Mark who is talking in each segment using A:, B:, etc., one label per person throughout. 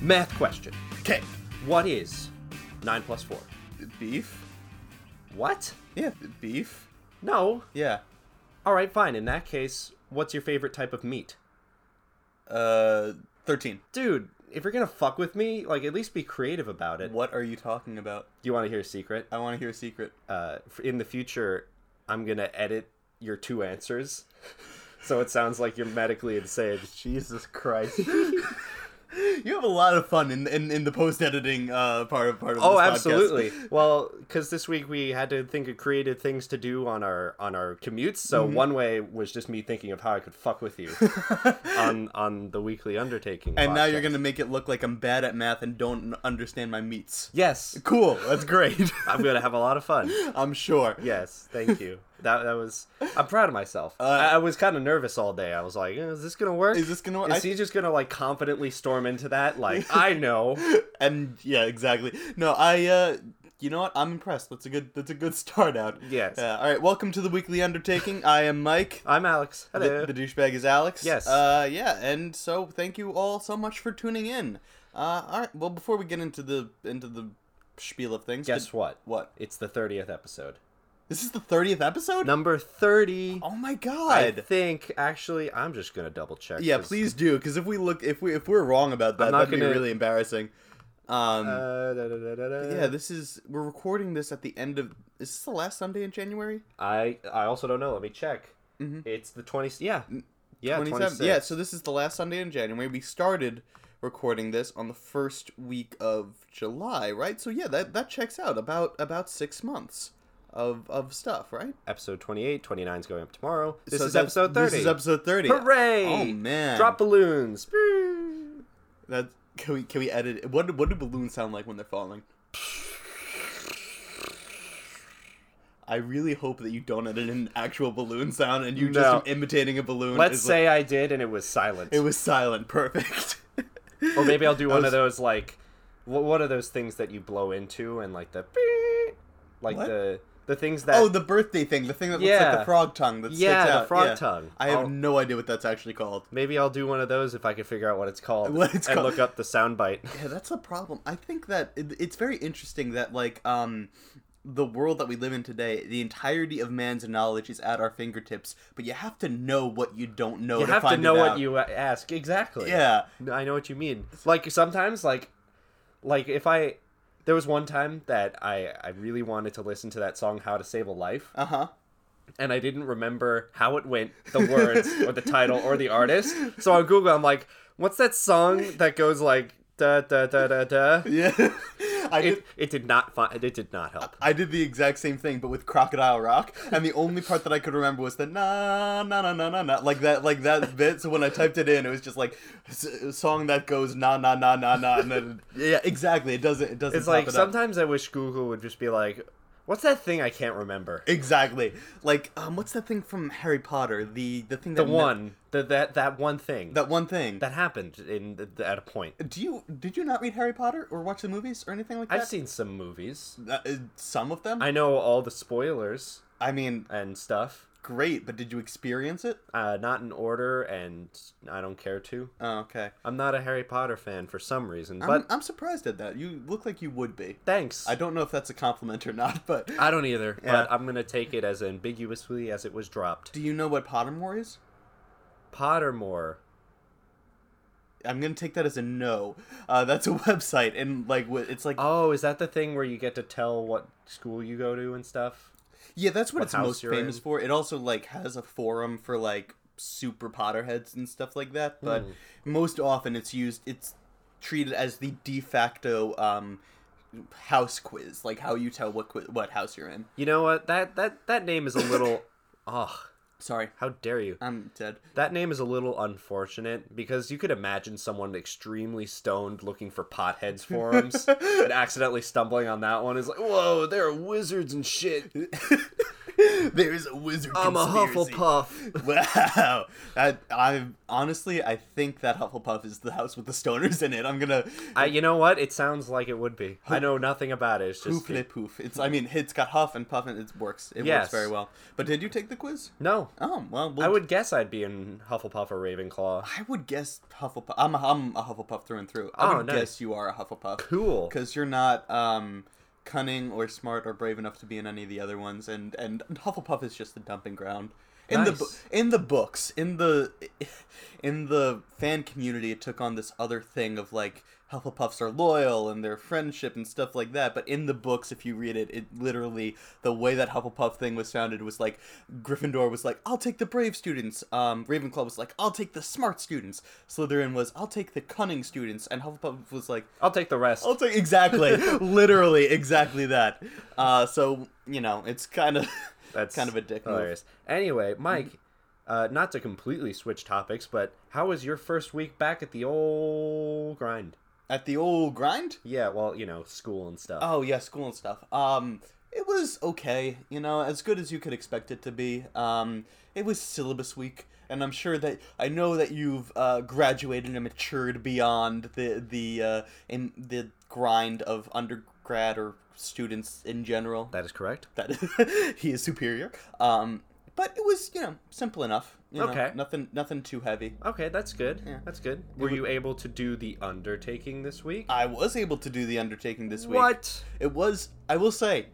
A: Math question.
B: Okay.
A: What is 9 plus 4?
B: Beef?
A: What?
B: Yeah. Beef?
A: No.
B: Yeah.
A: All right, fine. In that case, what's your favorite type of meat?
B: Uh, 13.
A: Dude, if you're going to fuck with me, like at least be creative about it.
B: What are you talking about?
A: Do you want to hear a secret?
B: I want to hear a secret.
A: Uh, f- in the future, I'm going to edit your two answers. So it sounds like you're medically insane.
B: Jesus Christ. you have a lot of fun in in, in the post editing uh, part of part of
A: Oh,
B: this podcast.
A: absolutely. Well, because this week we had to think of creative things to do on our on our commutes. So
B: Mm-hmm.
A: one way was just me thinking of how I could fuck with you on on the weekly undertaking.
B: And now you're
A: podcast.
B: gonna make it look like I'm bad at math and don't understand my meats.
A: yes,
B: Cool. That's great.
A: I'm gonna have a lot of fun.
B: I'm sure.
A: Yes, thank you. That that was. I'm proud of myself. I, I was kind of nervous all day. I was like, "Eh, is this gonna work?
B: Uh, Is this gonna work?
A: Is
B: I-
A: he just gonna like confidently storm into that? Like, I know.
B: And yeah, exactly. No, I. uh You know what? I'm impressed. That's a good. That's a good start out.
A: Yes.
B: Yeah. all right. Welcome to the weekly undertaking. I am Mike.
A: I'm Alex. Hello.
B: The, the douchebag is Alex.
A: Yes.
B: Uh, yeah, and so thank you all so much for tuning in. Uh, all right. Well, before we get into the into the spiel of things,
A: Guess
B: did-
A: what?
B: what?
A: It's the thirtieth episode.
B: This is the thirtieth episode.
A: Number thirty.
B: Oh my
A: I
B: god.
A: think actually, I'm just gonna double check.
B: Yeah,
A: 'cause,
B: please do, because if we look, if we if we're wrong about that,
A: not
B: that'd be
A: gonna-
B: really embarrassing. Um,
A: Uh, da, da, da, da, da.
B: yeah, this is we're recording this at the end of. Is this the last Sunday in January?
A: I I also don't know. Let me check. It's the twenty. Yeah. Yeah.
B: 27
A: 26.
B: Mm-hmm. yeah so this is the last sunday in january we started recording this on the first week of july right so yeah that that checks out about about six months of of stuff right
A: Episode 28, 29 is going up tomorrow. This
B: So
A: is
B: that-
A: episode 30.
B: this is episode 30
A: Hooray!
B: oh man
A: Drop balloons.
B: that can we can we edit it? what do- what do balloons sound like when they're falling I really hope that you don't edit an actual balloon sound and you
A: No.
B: just imitating a balloon.
A: Let's
B: is like-
A: say I did and it was silent.
B: it was silent. Perfect.
A: or maybe I'll do
B: That
A: one of
B: was-
A: those like what what are those things that you blow into and like the beep, like
B: What?
A: the the things that
B: Oh, the birthday thing, the thing that looks like
A: Yeah.
B: the frog tongue that
A: Yeah,
B: sticks
A: the
B: out.
A: frog tongue. Oh.
B: I have
A: I'll-
B: no idea what that's actually called.
A: maybe I'll do one of those if I can figure out what it's called
B: What it's
A: and
B: called.
A: look up the soundbite.
B: Yeah, that's a problem. I think that it, it's very interesting that like um the world that we live in today, the entirety of man's knowledge is at our fingertips, but you have to know what you don't know
A: You
B: to
A: have to
B: find
A: know
B: it
A: what
B: out.
A: you uh, ask exactly.
B: Yeah.
A: No, I know what you mean. Like sometimes, like, like if I, there was one time that I I really wanted to listen to that song "How to Save a Life,"
B: Uh-huh.
A: and I didn't remember how it went, the words or the title or the artist. So on Google, I'm like, "What's that song that goes like da da da da da?"
B: Yeah. I did
A: It it did not find it did not help.
B: I did the exact same thing, but with Crocodile Rock, and the only part that I could remember was the na na na na na na, like that, like that bit. So when I typed it in, it was just like s- a song that goes na na na na na. And then, yeah, exactly. It doesn't. It doesn't.
A: It's like
B: pop it up.
A: sometimes I wish Google would just be like, "What's that thing I can't remember?"
B: Exactly. Like um, what's that thing from Harry Potter? The the thing.
A: The
B: That ne-
A: one the, that that one thing that,
B: that one thing.
A: that happened in at a point.
B: Do you did you not read Harry Potter or watch the movies or anything like that?
A: I've seen some movies.
B: That- uh, some of them. I,
A: I know all the spoilers
B: mean,
A: and stuff.
B: great, but did you experience it?
A: Uh, not in order, and I don't care to.
B: Oh, okay.
A: I'm not a Harry Potter fan for some reason,
B: I'm,
A: but
B: I'm surprised at that. You look like you would be.
A: thanks.
B: I don't know if that's a compliment or not, but
A: I don't either,
B: Yeah.
A: but I'm gonna take it as ambiguously as it was dropped.
B: do you know what Pottermore is?
A: Pottermore.
B: I'm gonna take that as a no. Uh, that's a website, and like wh- it's like
A: Oh, is that the thing where you get to tell what school you go to and stuff?
B: yeah, that's what,
A: what
B: it's
A: house
B: most
A: you're
B: famous
A: in.
B: for. It also like has a forum for like super Potterheads and stuff like that. But
A: Hmm.
B: most often, it's used. It's treated as the de facto um, house quiz, like how you tell what qui- what house you're in.
A: You know what? That that that name is a little. oh,
B: Sorry,
A: how dare you?
B: I'm dead.
A: That name is a little unfortunate because you could imagine someone extremely stoned looking for potheads forums and accidentally stumbling on that one is like, whoa, there are wizards and shit.
B: There is a wizard.
A: I'm a
B: conspiracy.
A: Hufflepuff.
B: Wow, I, I honestly I think that Hufflepuff is the house with the stoners in it. I'm gonna
A: I, you know what? It sounds like it would be. I know nothing about it. It's just
B: poof le poof. It's I mean it's got huff and puff and it works. It
A: Yes.
B: works very well. But did you take the quiz?
A: no. know.
B: Oh well,
A: I
B: we'll-
A: would guess I'd be in Hufflepuff or Ravenclaw.
B: I would guess Hufflepuff. I'm a, I'm a Hufflepuff through and through. I
A: Oh,
B: would
A: nice.
B: guess you are a Hufflepuff
A: Cool.
B: because you're not um, cunning or smart or brave enough to be in any of the other ones, and and Hufflepuff is just the dumping ground. In the
A: Nice.
B: bu- in the books, in the in the fan community, it took on this other thing of like Hufflepuffs are loyal and their friendship and stuff like that. But in the books, if you read it, it literally the way that Hufflepuff thing was founded was like Gryffindor was like, "I'll take the brave students." Um, Ravenclaw was like, "I'll take the smart students." Slytherin was, "I'll take the cunning students," and Hufflepuff was like,
A: I'll take the rest.
B: I'll take exactly, literally, exactly that. Uh, so you know, it's kind of
A: That's
B: kind of a dick move.
A: hilarious. Anyway, Mike, uh, not to completely switch topics, but how was your first week back at the old grind?
B: at the old grind.
A: Yeah, well, you know, school and stuff.
B: Oh yeah, school and stuff. Um, it was okay, you know, as good as you could expect it to be. Um, it was syllabus week, and I'm sure that I know that you've uh, graduated and matured beyond the the uh, in the grind of undergrad or students in general.
A: That is correct.
B: that he is superior. Um, but it was you know simple enough. You know,
A: Okay.
B: nothing nothing too heavy.
A: Okay, that's good.
B: Yeah.
A: That's good. Were you able to do the undertaking this week?
B: I was able to do the undertaking Uh, this week.
A: What?
B: It was I will say,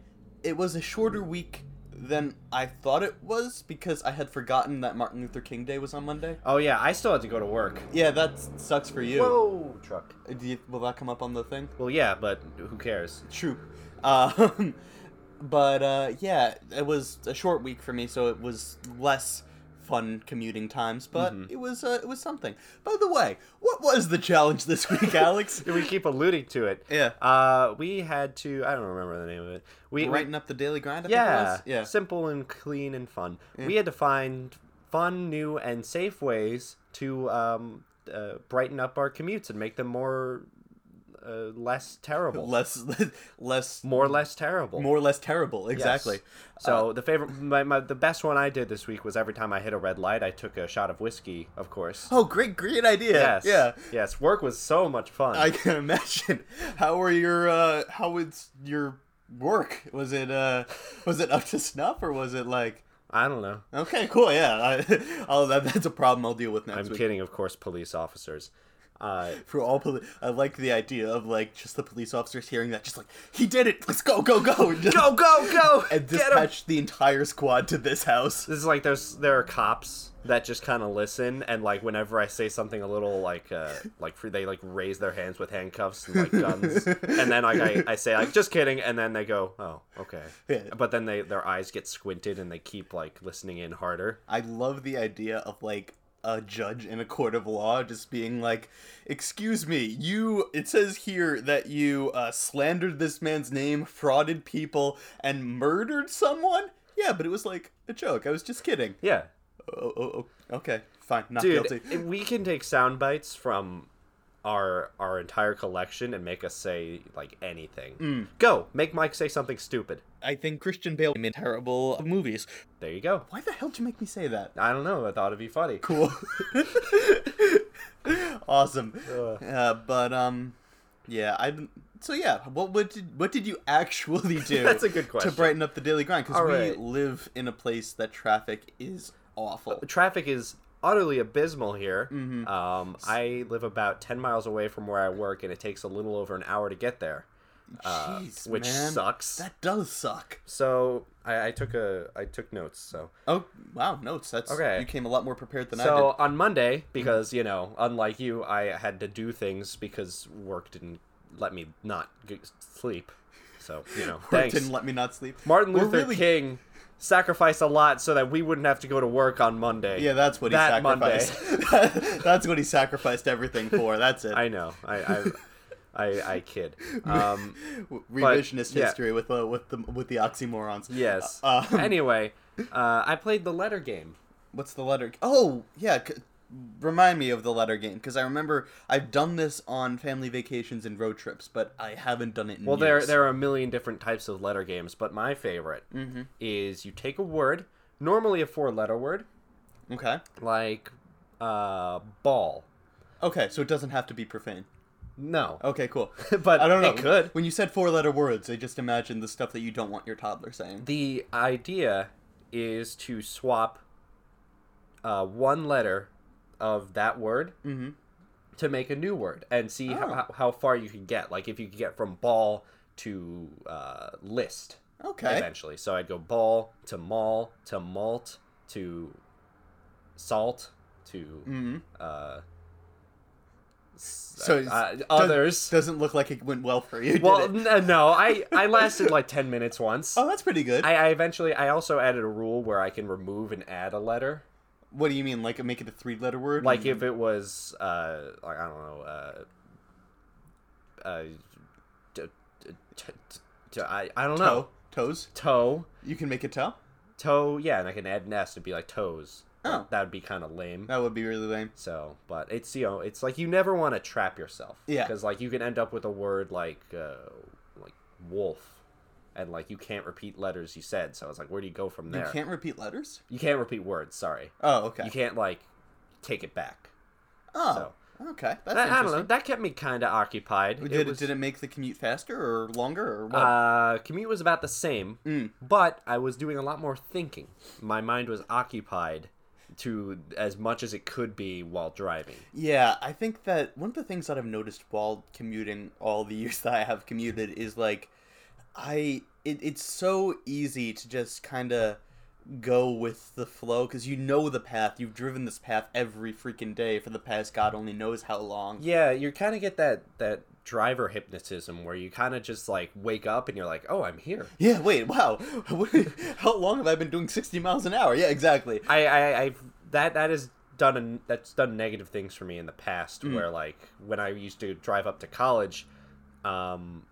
B: it was a shorter week than I thought it was because I had forgotten that Martin Luther King Day was on Monday.
A: Oh yeah, I still had to go to work.
B: Yeah, that s- sucks for you.
A: Whoa, truck.
B: Uh, Do you will that come up on the thing?
A: Well, yeah, but who cares?
B: True. Um, but uh, yeah, it was a short week for me, so it was less fun commuting times. But
A: Mm-hmm.
B: it was uh, it was something. By the way, what was the challenge this week, Alex?
A: we keep alluding to it.
B: yeah,
A: Uh, we had to. I don't remember the name of it. We, we
B: writing up the daily grind. I
A: yeah,
B: think it was? yeah.
A: simple and clean and fun. We had to find fun, new, and safe ways to um, uh, brighten up our commutes and make them more uh, less terrible,
B: less less
A: more Uh, or less terrible.
B: more or less terrible.
A: Yes.
B: Exactly.
A: So the favorite, my, my, the best one I did this week was every time I hit a red light, I took a shot of whiskey. Of course.
B: Oh, great, great idea.
A: yes.
B: Yeah.
A: Yes. Work was so much fun.
B: I can imagine. How were your uh how was your work? Was it uh was it up to snuff or was it like
A: I don't know.
B: Okay, cool. Yeah, I, I'll, that, that's a problem I'll deal with next
A: I'm
B: week.
A: kidding, of course. Police officers. Uh,
B: For all, poli- I like the idea of like just the police officers hearing that, just like he did it. Let's go, go, go, and just,
A: go go go
B: and
A: Get 'em!
B: dispatch the entire squad to this house.
A: This is like there's there are cops that just kind of listen and like whenever I say something a little like uh like free, they like raise their hands with handcuffs and like guns and then like I, I say like just kidding and then they go oh okay
B: Yeah.
A: but then they their eyes get squinted and they keep like listening in harder
B: I love the idea of like a judge in a court of law just being like, "Excuse me, you. It says here that you uh, slandered this man's name, frauded people, and murdered someone. Yeah, but it was like a joke. I was just kidding.
A: yeah
B: Oh, oh, oh okay, fine, not
A: dude
B: guilty.
A: if we can take sound bites from our our entire collection and make us say like anything
B: Mm.
A: go make Mike say something stupid
B: I think Christian Bale made terrible movies.
A: there you go
B: Why the hell did you make me say that?
A: I don't know I thought it'd be funny
B: Cool. awesome.
A: Ugh.
B: Uh, but um, yeah, I. didn't- So yeah, what what did what did you actually do?
A: That's a good question.
B: To brighten up the daily grind, because
A: All
B: we
A: right.
B: live in a place that traffic is awful.
A: traffic is utterly abysmal here.
B: Mm-hmm.
A: Um, I live about 10 miles away from where I work, and it takes a little over an hour to get there, uh,
B: Jeez,
A: which
B: man.
A: sucks.
B: That does suck.
A: So I, I took a I took notes. So
B: Oh wow, notes. That's
A: Okay.
B: You came a lot more prepared than I did. Mm-hmm.
A: so on Monday, because you know, unlike you, I had to do things because work didn't let me not g- sleep. So you know, thanks.
B: Didn't let me not sleep.
A: Martin
B: We're
A: Luther
B: really-
A: King sacrificed a lot so that we wouldn't have to go to work on Monday.
B: Yeah, that's what he
A: That Monday.
B: sacrificed. that's what he sacrificed everything for. That's it.
A: I know. I I, I, I kid. Um,
B: W- revisionist
A: yeah.
B: history with uh, with the with the oxymorons.
A: yes.
B: Uh, um,
A: anyway, uh, I played the letter game.
B: what's the letter? Oh yeah. C- remind me of the letter game because I remember I've done this on family vacations and road trips, but I haven't done it. In
A: Well, there
B: years.
A: there are a million different types of letter games, but my favorite is you take a word, normally a four letter word,
B: Okay.
A: like uh, ball.
B: Okay, so it doesn't have to be profane.
A: No,
B: Okay, cool.
A: but
B: I don't know.
A: It could.
B: When you said four letter words, I just imagined the stuff that you don't want your toddler saying.
A: The idea is to swap uh, one letter of that word
B: Mhm.
A: to make a new word and see
B: Oh.
A: how, how far you could get. Like if you could get from ball to uh, list
B: Okay.
A: eventually. So I'd go ball to mall to malt to salt to
B: Mhm.
A: uh, s-
B: So
A: uh,
B: it's-
A: uh,
B: does-
A: others.
B: Doesn't look like it went well for you. did
A: well,
B: it?
A: n- no, I I lasted like ten minutes once.
B: oh, that's pretty good.
A: I, I eventually I also added a rule where I can remove and add a letter.
B: what do you mean? Like make it a three-letter word?
A: Like
B: And-
A: if it was uh like I don't know uh uh t- t- t- t- I I don't know
B: toe, toes.
A: toe
B: You can make a toe.
A: toe yeah and I can add nest and be like toes.
B: Oh.
A: That would be kind of lame.
B: That would be really lame.
A: So, but it's you know it's like you never want to trap yourself.
B: Yeah.
A: Because like you can end up with a word like uh like wolf, and like you can't repeat letters you said. So it's like where do you go from there?
B: You can't repeat letters.
A: you can't repeat words. Sorry.
B: Oh, okay.
A: You can't like take it back.
B: oh, okay. That's
A: That, I don't know.
B: interesting.
A: That kept me kind of occupied.
B: Did it,
A: was-
B: did it make the commute faster or longer or what?
A: Uh, commute was about the same,
B: Mm.
A: but I was doing a lot more thinking. My mind was occupied to as much as it could be while driving.
B: Yeah, I think that one of the things that I've noticed while commuting all the years that I have commuted is like I it, it's so easy to just kind of go with the flow cuz you know the path. You've driven this path every freaking day for the past god only knows how long.
A: Yeah, you kind of get that that driver hypnotism where you kind of just like wake up and you're like, oh, I'm here.
B: Yeah, wait, wow. how long have I been doing 60 miles an hour? Yeah, exactly.
A: I, I, I that that has done an, that's done negative things for me in the past. Where like when I used to drive up to college, um,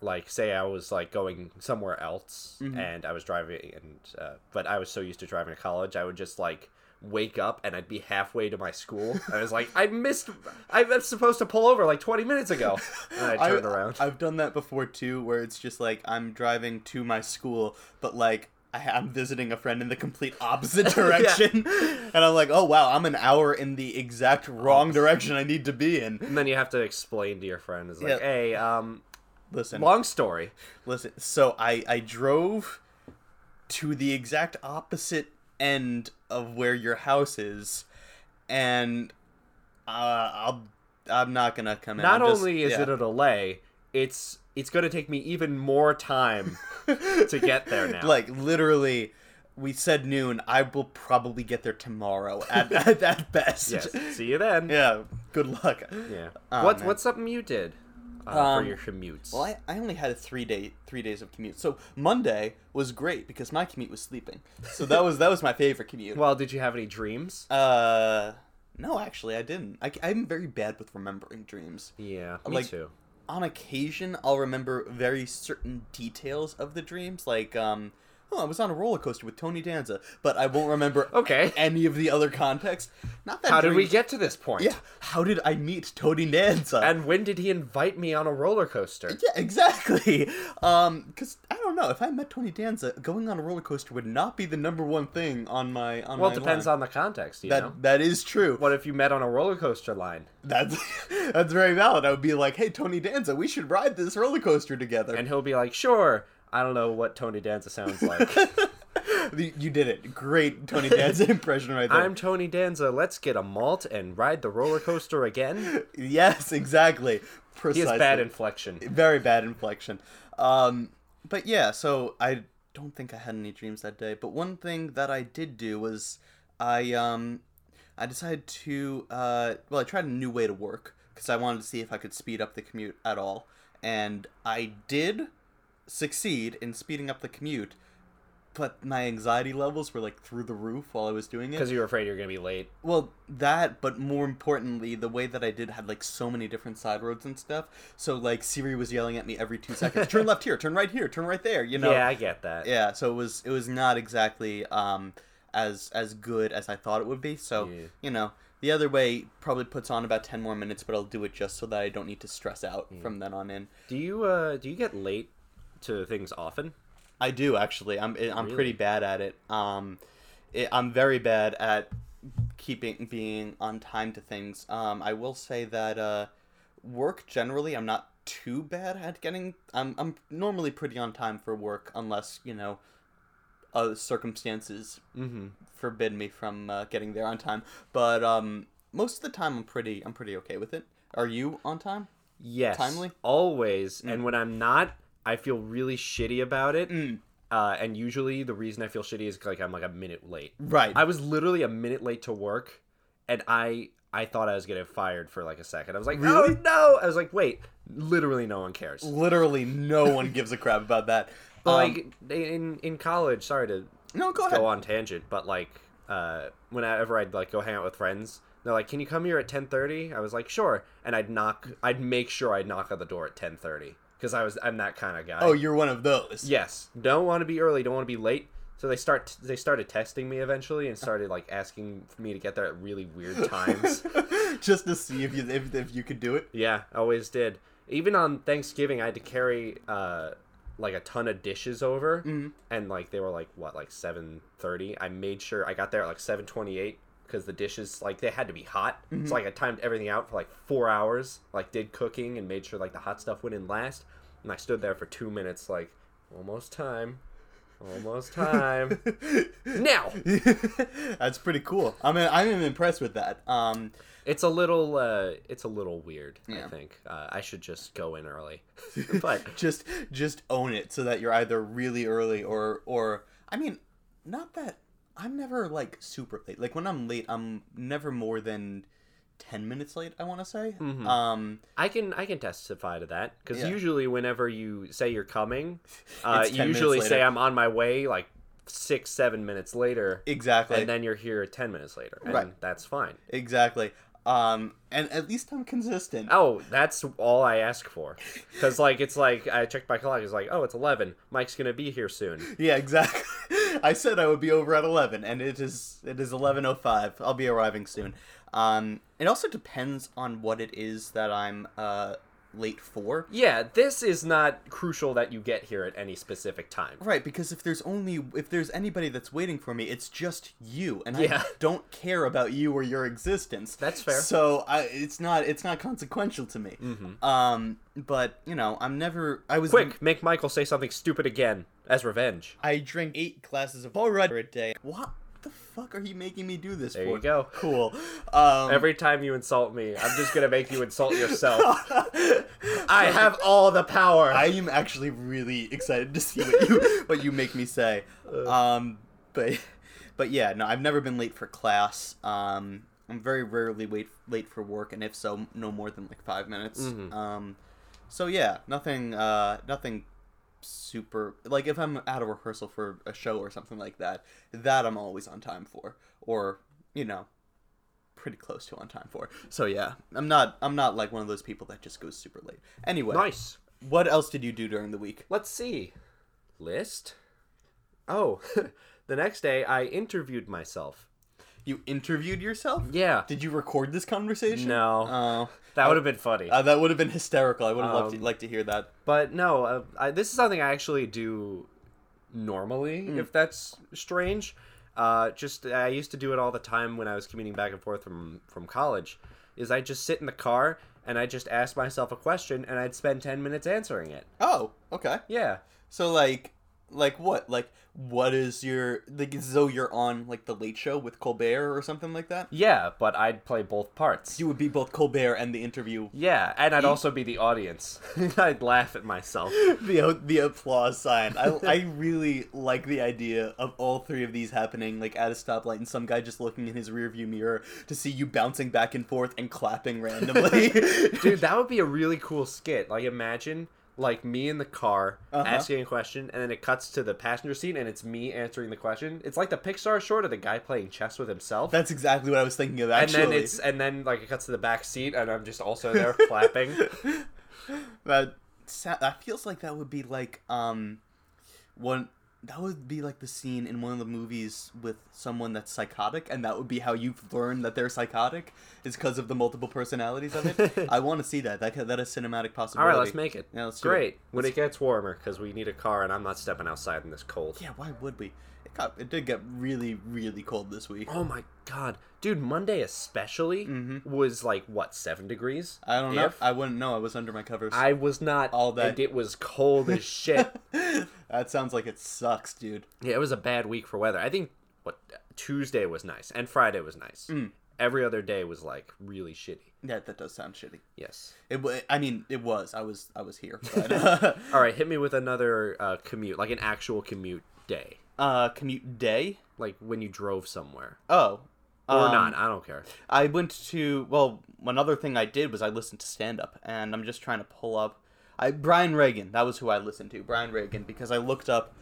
A: like say I was like going somewhere else and I was driving, and uh, but I was so used to driving to college, I would just like wake up and I'd be halfway to my school. I was like, I missed. I was supposed to pull over like twenty minutes ago, and I turned around.
B: I've done that before too, where it's just like I'm driving to my school, but like I, I'm visiting a friend in the complete opposite direction, and I'm like, oh wow, I'm an hour in the exact wrong direction I need to be in.
A: and then you have to explain to your friend, it's like,
B: Yeah.
A: hey, um,
B: Listen,
A: long story.
B: listen. So I I drove to the exact opposite end of where your house is, and uh, I'll. I'm not gonna come in.
A: not
B: I'm just-
A: only is
B: yeah.
A: it a delay, it's it's going to take me even more time to get there now.
B: Like literally, we said noon. I will probably get there tomorrow at at, at best.
A: yes, see you then. Yeah.
B: Yeah. Good luck. Oh,
A: what
B: man.
A: what's something you did uh,
B: Um,
A: for your commutes?
B: Well, I, I only had a three day three days of commute. So Monday was great because my commute was sleeping. So that was that was my favorite commute.
A: Well, did you have any dreams?
B: Uh, no, actually, I didn't. I, am very bad with remembering dreams.
A: Yeah, me
B: like-
A: too.
B: On occasion, I'll remember very certain details of the dreams, like um, oh, I was on a roller coaster with Tony Danza, but I won't remember
A: Okay.
B: any of the other context. Not that.
A: How did
B: dream-
A: we get to this point?
B: Yeah. How did I meet Tony Danza?
A: And when did he invite me on a roller coaster?
B: yeah, exactly. Um, because I don't know if I met Tony Danza, going on a roller coaster would not be the number one thing on my on
A: Well,
B: my
A: it depends
B: line.
A: on the context, you
B: that.
A: know.
B: That is true.
A: What if you met on a roller coaster line?
B: That's that's very valid. I would be like, hey, Tony Danza, we should ride this roller coaster together.
A: And he'll be like, "Sure." I don't know what Tony Danza sounds like.
B: you you did it. Great Tony Danza impression right there.
A: I'm Tony Danza. Let's get a malt and ride the roller coaster again.
B: Yes, exactly.
A: He
B: Precisely.
A: has bad inflection.
B: very bad inflection. Um, but yeah, so I don't think I had any dreams that day. But one thing that I did do was I um, I decided to uh, well, I tried a new way to work because I wanted to see if I could speed up the commute at all, and I did succeed in speeding up the commute. But my anxiety levels were like through the roof while I was doing it.
A: Because you were afraid you were going to be late.
B: Well, that, but more importantly, the way that I did had like so many different side roads and stuff. So like Siri was yelling at me every two seconds, turn left here, turn right here, turn right there. You know.
A: Yeah, I get that.
B: Yeah. So it was it was not exactly um as as good as I thought it would be. So
A: Yeah.
B: you know the other way probably puts on about ten more minutes, but I'll do it just so that I don't need to stress out from then on in.
A: Do you uh do you get late to things often?
B: I do actually. I'm I'm
A: Really?
B: pretty bad at it. Um, it, I'm very bad at keeping being on time to things. Um, I will say that uh, work generally, I'm not too bad at getting. I'm I'm normally pretty on time for work, unless you know uh, circumstances
A: Mm-hmm.
B: forbid me from uh, getting there on time. But um, most of the time, I'm pretty I'm pretty okay with it. Are you on time?
A: Yes.
B: Timely? Mm.
A: Always. And when I'm not, I feel really shitty about it.
B: Mm.
A: Uh, and usually the reason I feel shitty is like I'm like a minute late.
B: Right.
A: I was literally a minute late to work, and I I thought I was getting fired for like a second. I was like,
B: Really?
A: oh no! I was like, wait, literally no one cares.
B: Literally, no one gives a crap about that.
A: But
B: Um,
A: like in in college, sorry to
B: no, go ahead.
A: go on tangent, but like uh, whenever I'd like go hang out with friends, they're like, "Can you come here at 10.30? I was like, "Sure," and I'd knock. I'd make sure I'd knock on the door at ten thirty because I was I'm that kind of guy.
B: Oh, you're one of those.
A: yes, don't want to be early, don't want to be late. So they start they started testing me eventually and started like asking me to get there at really weird times.
B: Just to see if you if, if you could do it.
A: yeah, always did. Even on Thanksgiving, I had to carry uh, like a ton of dishes over, and like they were like what like seven thirty. I made sure I got there at like seven twenty eight because the dishes like they had to be hot. So like I timed everything out for like four hours. Like did cooking and made sure like the hot stuff went in last. And I stood there for two minutes like almost time, almost time. now
B: That's pretty cool. I mean, I'm impressed with that. Um,
A: It's a little, uh, it's a little weird.
B: Yeah.
A: I think uh, I should just go in early, but
B: just just own it so that you're either really early or or I mean, not that I'm never like super late. Like when I'm late, I'm never more than ten minutes late. I want to say.
A: Mm-hmm.
B: Um,
A: I can I can testify to that because
B: Yeah.
A: usually whenever you say you're coming, uh,
B: It's 10
A: you
B: minutes
A: usually say
B: later.
A: I'm on my way like six seven minutes later,
B: exactly.
A: and then you're here ten minutes later, and
B: Right.
A: that's fine.
B: exactly. Um, and at least I'm consistent.
A: Oh, that's all I ask for, because like it's like I checked my clock. It's like oh, it's eleven. Mike's gonna be here soon.
B: Yeah, exactly. I said I would be over at eleven, and it is it is eleven oh five. I'll be arriving soon. Um, it also depends on what it is that I'm uh late for.
A: Yeah, this is not crucial that you get here at any specific time.
B: Right, because if there's only if there's anybody that's waiting for me, it's just you, and
A: Yeah.
B: I don't care about you or your existence.
A: That's fair.
B: So I, it's not it's not consequential to me. Um, but you know, I'm never. I was
A: Mm-hmm. Quick, make Michael say something stupid again as revenge.
B: I drink eight glasses of water a day. What the fuck are you making me do this
A: There
B: for?
A: you go.
B: Cool. Um,
A: Every time you insult me, I'm just gonna make you insult yourself. I have all the power.
B: I am actually really excited to see what you what you make me say. Um, but but yeah, no, I've never been late for class. Um, I'm very rarely wait late for work, and if so, no more than like five minutes. Um, so yeah, nothing uh nothing super like if I'm at a rehearsal for a show or something like that, that I'm always on time for, or you know pretty close to on time for. So yeah, I'm not I'm not like one of those people that just goes super late. Anyway,
A: nice.
B: what else did you do during the week?
A: Let's see. List. Oh, the next day I interviewed myself.
B: You interviewed yourself?
A: Yeah.
B: Did you record this conversation?
A: No.
B: Oh.
A: That would have been funny.
B: Uh, that would have been hysterical. I would have loved to,
A: Um,
B: like to hear that.
A: But no, uh, I, this is something I actually do normally, if that's strange. Uh, just I used to do it all the time when I was commuting back and forth from from college. Is I just sit in the car and I just ask myself a question and I'd spend ten minutes answering it.
B: Oh, okay.
A: Yeah.
B: So like like what? Like what is your like as though you're on like the late show with Colbert or something like that?
A: Yeah, but I'd play both parts.
B: You would be both Colbert and the interview.
A: yeah, and I'd also be the audience. I'd laugh at myself.
B: The the applause sign. I, I really like the idea of all three of these happening like at a stoplight and some guy just looking in his rearview mirror to see you bouncing back and forth and clapping randomly.
A: Dude, that would be a really cool skit. Like imagine like me in the car
B: Uh-huh.
A: asking a question and then it cuts to the passenger seat and it's me answering the question. It's like the Pixar short of the guy playing chess with himself.
B: That's exactly what I was thinking of.
A: and
B: Actually,
A: then it's and then like it cuts to the back seat and I'm just also there clapping.
B: that sa- that feels like that would be like um one that would be like the scene in one of the movies with someone that's psychotic, and that would be how you've learned that they're psychotic is because of the multiple personalities of it. I want to see that. That ca- that is cinematic
A: All
B: possibility.
A: right, let's make it.
B: Yeah, let's do it.
A: Great. When it gets warmer cuz we need a car and I'm not stepping outside in this cold.
B: Yeah, why would we? it got it did get really really cold this week.
A: Oh my god, dude! Monday especially
B: Mm-hmm.
A: was like what seven degrees.
B: I don't know.
A: If-
B: I wouldn't know. I was under my covers.
A: I was not
B: All day.
A: and It was cold as shit.
B: that sounds like it sucks, dude.
A: yeah, it was a bad week for weather. I think what Tuesday was nice and Friday was nice. Every other day was like really shitty.
B: Yeah, that does sound shitty.
A: Yes.
B: It. wa- I mean, it was. I was. I was here. But, uh,
A: All right, hit me with another uh, commute, like an actual commute day,
B: uh, commute day.
A: like when you drove somewhere
B: Oh,
A: or
B: um,
A: not. I don't care.
B: I went to well, another thing I did was I listened to stand up and I'm just trying to pull up I Brian Reagan, that was who I listened to, Brian Reagan because I looked up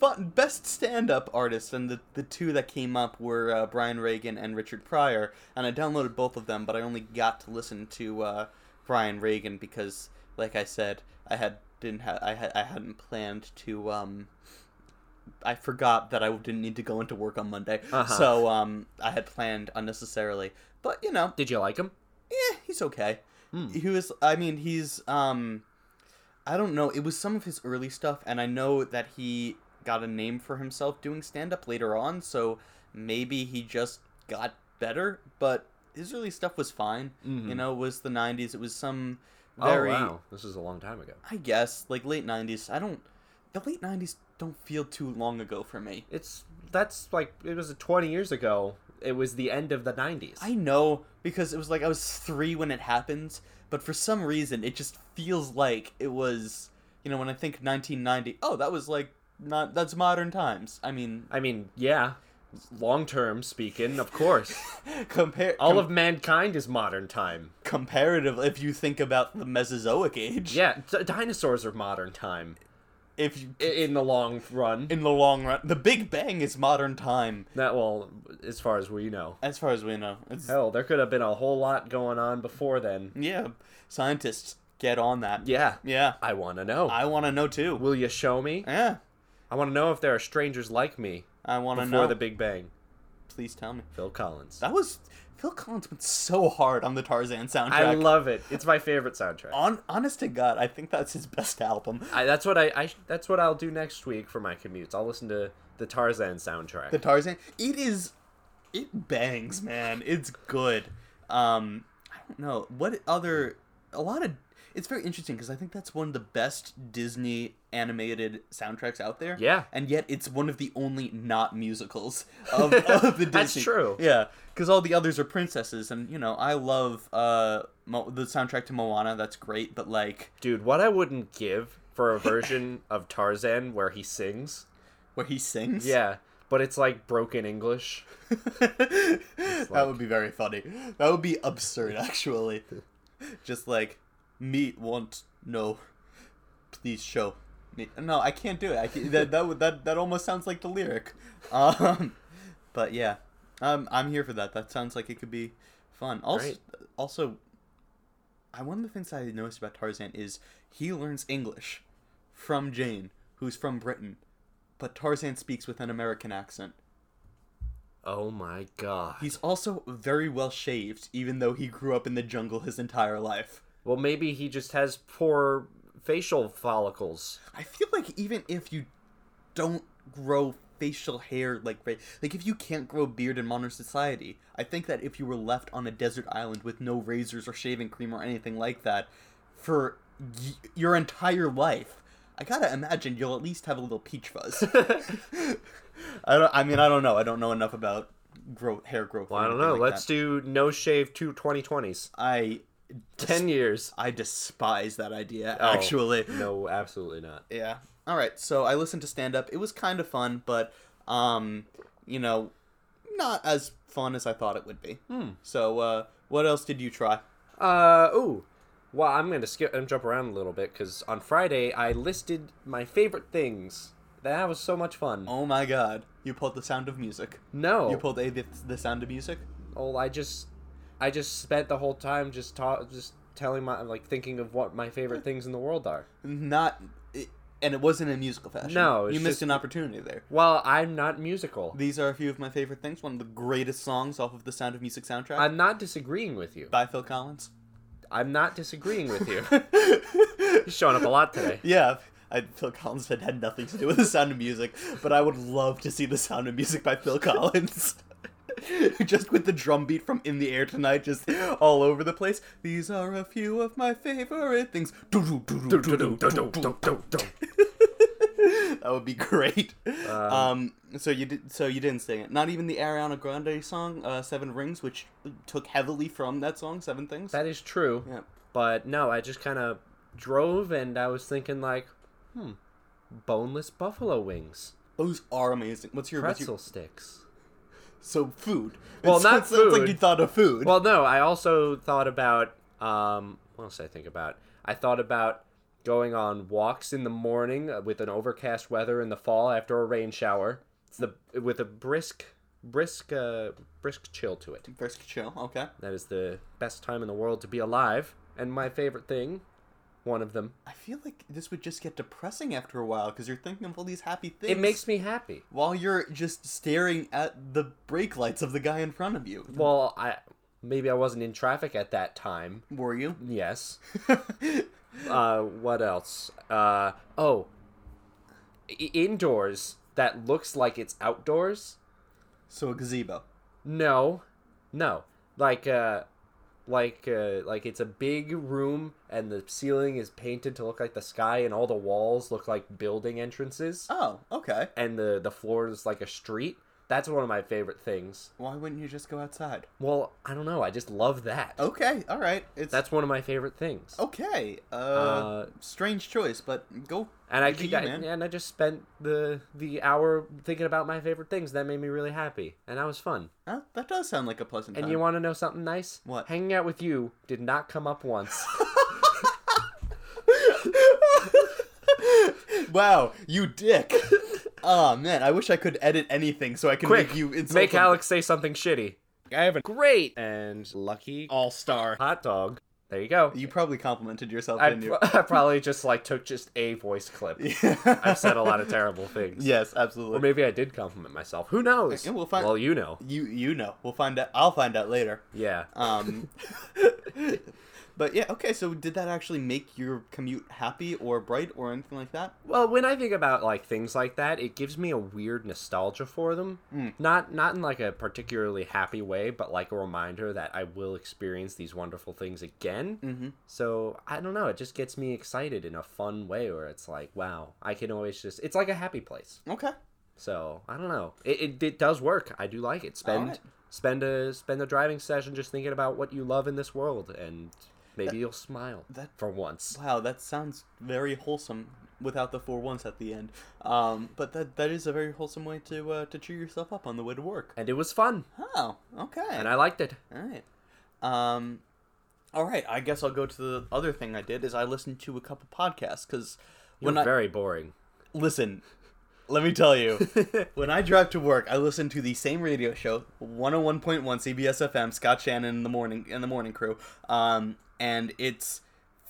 B: fun, best stand up artists and the, the two that came up were uh, Brian Reagan and Richard Pryor and I downloaded both of them but I only got to listen to uh, Brian Reagan because like I said, I had didn't have I had I hadn't planned to um I forgot that I didn't need to go into work on Monday,
A: Uh-huh.
B: so um, I had planned unnecessarily. But you know,
A: Did you like him?
B: eh, he's okay.
A: Hmm.
B: He was. I mean, he's. Um, I don't know. It was some of his early stuff, and I know that he got a name for himself doing stand up later on. So maybe he just got better. But his early stuff was fine. You know, it was the '90s. It was some very.
A: Mm-hmm. Oh wow, this is a long time ago.
B: I guess like late '90s. I don't. The late '90s don't feel too long ago for me.
A: It's that's like it was 20 years ago. It was the end of the 90s.
B: I know because it was like I was three when it happened, but for some reason it just feels like it was. You know, when I think 1990, oh, that was like not that's modern times. I mean,
A: I mean, yeah, long term speaking, of course.
B: compare
A: All of mankind is modern time.
B: comparative. If you think about the Mesozoic age,
A: Yeah, d- dinosaurs are modern time
B: if you
A: i- in the long run.
B: in the long run, the Big Bang is modern time
A: That well, as far as we know.
B: as far as we know. It's,
A: Hell, there could have been a whole lot going on before then.
B: yeah, scientists get on that.
A: Yeah,
B: yeah.
A: I want to know.
B: I want to know too.
A: Will you show me?
B: Yeah,
A: I want to know if there are strangers like me
B: I want to
A: before
B: know.
A: the Big Bang.
B: Please tell me.
A: Phil Collins.
B: That was Phil Collins went so hard on the Tarzan soundtrack.
A: I love it. It's my favorite soundtrack.
B: on honest to God, I think that's his best album.
A: I, that's what I, I. That's what I'll do next week for my commutes. I'll listen to the Tarzan soundtrack.
B: The Tarzan, it is, it bangs, man. It's good. Um, I don't know what other a lot of. It's very interesting because I think that's one of the best Disney animated soundtracks out there.
A: Yeah.
B: and yet it's one of the only not musicals of, of the Disney.
A: That's true.
B: Yeah, because all the others are princesses, and you know I love uh Mo- the soundtrack to Moana. That's great, but like
A: Dude, what I wouldn't give for a version of Tarzan where he sings.
B: where he sings.
A: Yeah, but it's like broken English.
B: that would be very funny. That would be absurd, actually. Just like, meat want no, please show me. No, I can't do it. I can't, that that would that that almost sounds like the lyric. Um, but yeah, um, I'm here for that. That sounds like it could be fun. Also,
A: Right.
B: also, I one of the things I noticed about Tarzan is he learns English from Jane, who's from Britain, but Tarzan speaks with an American accent.
A: Oh my god.
B: He's also very well shaved, even though he grew up in the jungle his entire life.
A: Well, maybe he just has poor facial follicles.
B: I feel like even if you don't grow facial hair, like right, like if you can't grow a beard in modern society, I think that if you were left on a desert island with no razors or shaving cream or anything like that for y- your entire life, I gotta imagine you'll at least have a little peach fuzz. I don't. I mean, I don't know. I don't know enough about growth, hair growth.
A: I don't know. Let's do no shave to 2020s.
B: I.
A: 10 years.
B: I despise that idea, actually.
A: Oh. No, absolutely not.
B: Yeah. All right. So I listened to stand up. It was kind of fun, but um, you know, not as fun as I thought it would be.
A: Hmm.
B: So uh, what else did you try?
A: Uh, ooh. Well, I'm going to skip and jump around a little bit because on Friday I listed my favorite things. That was so much fun.
B: Oh my God! You pulled the sound of music.
A: no.
B: You pulled a the, the sound of music.
A: oh i just i just spent the whole time just ta- just telling my like thinking of what my favorite things in the world are
B: Not. It, and it wasn't in a musical fashion.
A: No,
B: you
A: it's
B: missed
A: just-
B: an opportunity there.
A: well i'm not musical
B: These are a few of my favorite things. One of the greatest songs off of the Sound of Music soundtrack
A: i'm not disagreeing with you
B: by Phil Collins.
A: i'm not disagreeing with you showing up a lot today
B: Yeah, I, Phil Collins had had nothing to do with The Sound of Music, but I would love to see The Sound of Music by Phil Collins. just with the drum beat from In the Air Tonight, just all over the place. These are a few of my favorite things. that would be great. Um, so you did. So you didn't sing it. Not even the Ariana Grande song, uh, Seven Rings, which took heavily from that song, Seven Things.
A: That is true.
B: Yep.
A: But no, I just kind of drove and I was thinking like, hmm, boneless buffalo wings,
B: Those are amazing. What's your, what's your
A: pretzel sticks.
B: so food?
A: Well,
B: It
A: not
B: sounds- sounds
A: food.
B: like you thought of food.
A: Well, no, I also thought about um, what else did I think about? I thought about going on walks in the morning uh, with an overcast weather in the fall after a rain shower. It's the with a brisk, brisk, uh, brisk chill to it.
B: Brisk chill. Okay.
A: That is the best time in the world to be alive, and my favorite thing, one of them.
B: I feel like this would just get depressing after a while because you're thinking of all these happy things.
A: It makes me happy.
B: while you're just staring at the brake lights of the guy in front of you.
A: Well, I maybe I wasn't in traffic at that time.
B: Were you?
A: Yes. uh, what else? Uh, oh, I- indoors that looks like it's outdoors.
B: so a gazebo.
A: No, no, like uh, like uh, like it's a big room and the ceiling is painted to look like the sky and all the walls look like building entrances
B: Oh, okay.
A: and the the floor is like a street. That's one of my favorite things.
B: Why wouldn't you just go outside?
A: Well, I don't know. I just love that.
B: Okay, all right. It's
A: That's one of my favorite things.
B: okay. Uh,
A: Uh,
B: strange choice, but go.
A: And I,
B: Good for
A: keep-
B: you,
A: I-
B: man.
A: and I just spent the the hour thinking about my favorite things. That made me really happy, and that was fun.
B: Huh? uh, that does sound like a pleasant.
A: And
B: time.
A: you want to know something nice?
B: Uh, What?
A: Hanging out with you did not come up once.
B: wow, you dick. oh man, I wish I could edit anything so I can
A: Quick,
B: make you insult
A: make
B: them.
A: Alex say something shitty. I have a great and lucky
B: all star.
A: hot dog. There you go.
B: You probably complimented yourself,
A: I,
B: didn't you?
A: pro- I probably just like took just a voice clip. I've said a lot of terrible things.
B: yes,
A: Or
B: absolutely.
A: maybe I did compliment myself. Who knows?
B: Yeah, we'll find-
A: well, you know.
B: you you know. We'll find out. I'll find out later.
A: Yeah.
B: Um, but yeah, okay. So did that actually make your commute happy or bright or anything like that?
A: Well, when I think about like things like that, it gives me a weird nostalgia for them.
B: Hmm.
A: Not not in like a particularly happy way, but like a reminder that I will experience these wonderful things again.
B: Mm-hmm.
A: So I don't know. It just gets me excited in a fun way, where it's like, wow, I can always just. It's like a happy place.
B: Okay.
A: So I don't know. It it, it does work. I do like it. Spend
B: right.
A: spend a spend a driving session just thinking about what you love in this world, and maybe you'll smile
B: that-
A: for once.
B: Wow, that sounds very wholesome without the four ones at the end. Um, but that that is a very wholesome way to uh, to cheer yourself up on the way to work.
A: And it was fun,
B: Oh, okay.
A: and I liked it.
B: All right. Um, all right. I guess I'll go to the other thing I did is I listened to a couple podcasts because
A: You're
B: when I
A: very boring.
B: listen, let me tell you, when I drive to work, I listen to the same radio show, 101.1 CBS FM, Scott Shannon in the morning in the morning crew. Um, and it's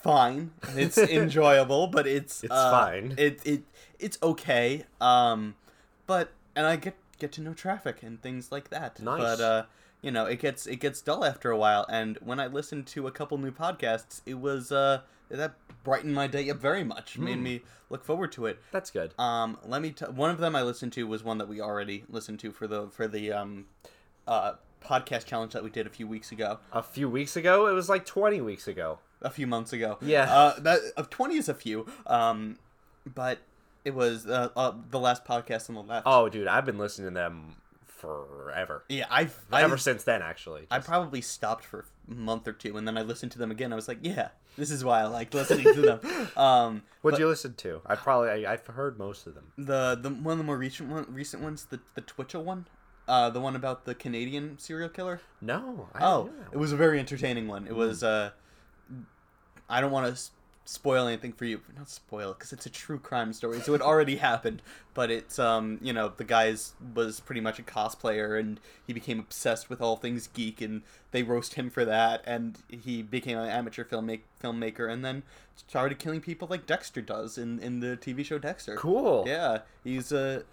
B: fine. It's enjoyable, but it's
A: It's
B: uh,
A: fine.
B: It it it's okay. Um, but and I get get to know traffic and things like that.
A: Nice.
B: But uh, you know, it gets it gets dull after a while. And when I listened to a couple new podcasts, it was uh that brightened my day up very much.
A: Hmm.
B: Made me look forward to it.
A: That's good.
B: Um, let me. T- one of them I listened to was one that we already listened to for the for the um, uh, podcast challenge that we did a few weeks ago,
A: a few weeks ago, it was like 20 weeks ago.
B: a few months ago.
A: Yeah.
B: Uh, that uh, twenty is a few. Um, but it was uh, uh the last podcast on the left.
A: Oh, dude, I've been listening to them forever.
B: yeah. I've
A: Ever
B: I,
A: since then, actually.
B: I
A: Just-
B: probably stopped for a month or two, and then I listened to them again. I was like, yeah, this is why I like listening to them. Um,
A: What'd you listen to? I probably I, I've heard most of them.
B: the the one of the more recent one, recent ones, the the Twitchell one, uh, the one about the Canadian serial killer.
A: No. I
B: Oh,
A: don't
B: it
A: know.
B: was a very entertaining one. It was. Uh, I don't want to s- spoil anything for you, not spoil, because it's a true crime story, so it already happened. But it's um, you know, the guy's was pretty much a cosplayer, and he became obsessed with all things geek, and they roast him for that, and he became an amateur filmmake filmmaker, and then started killing people like Dexter does in in the TV show Dexter.
A: cool.
B: Yeah, he's a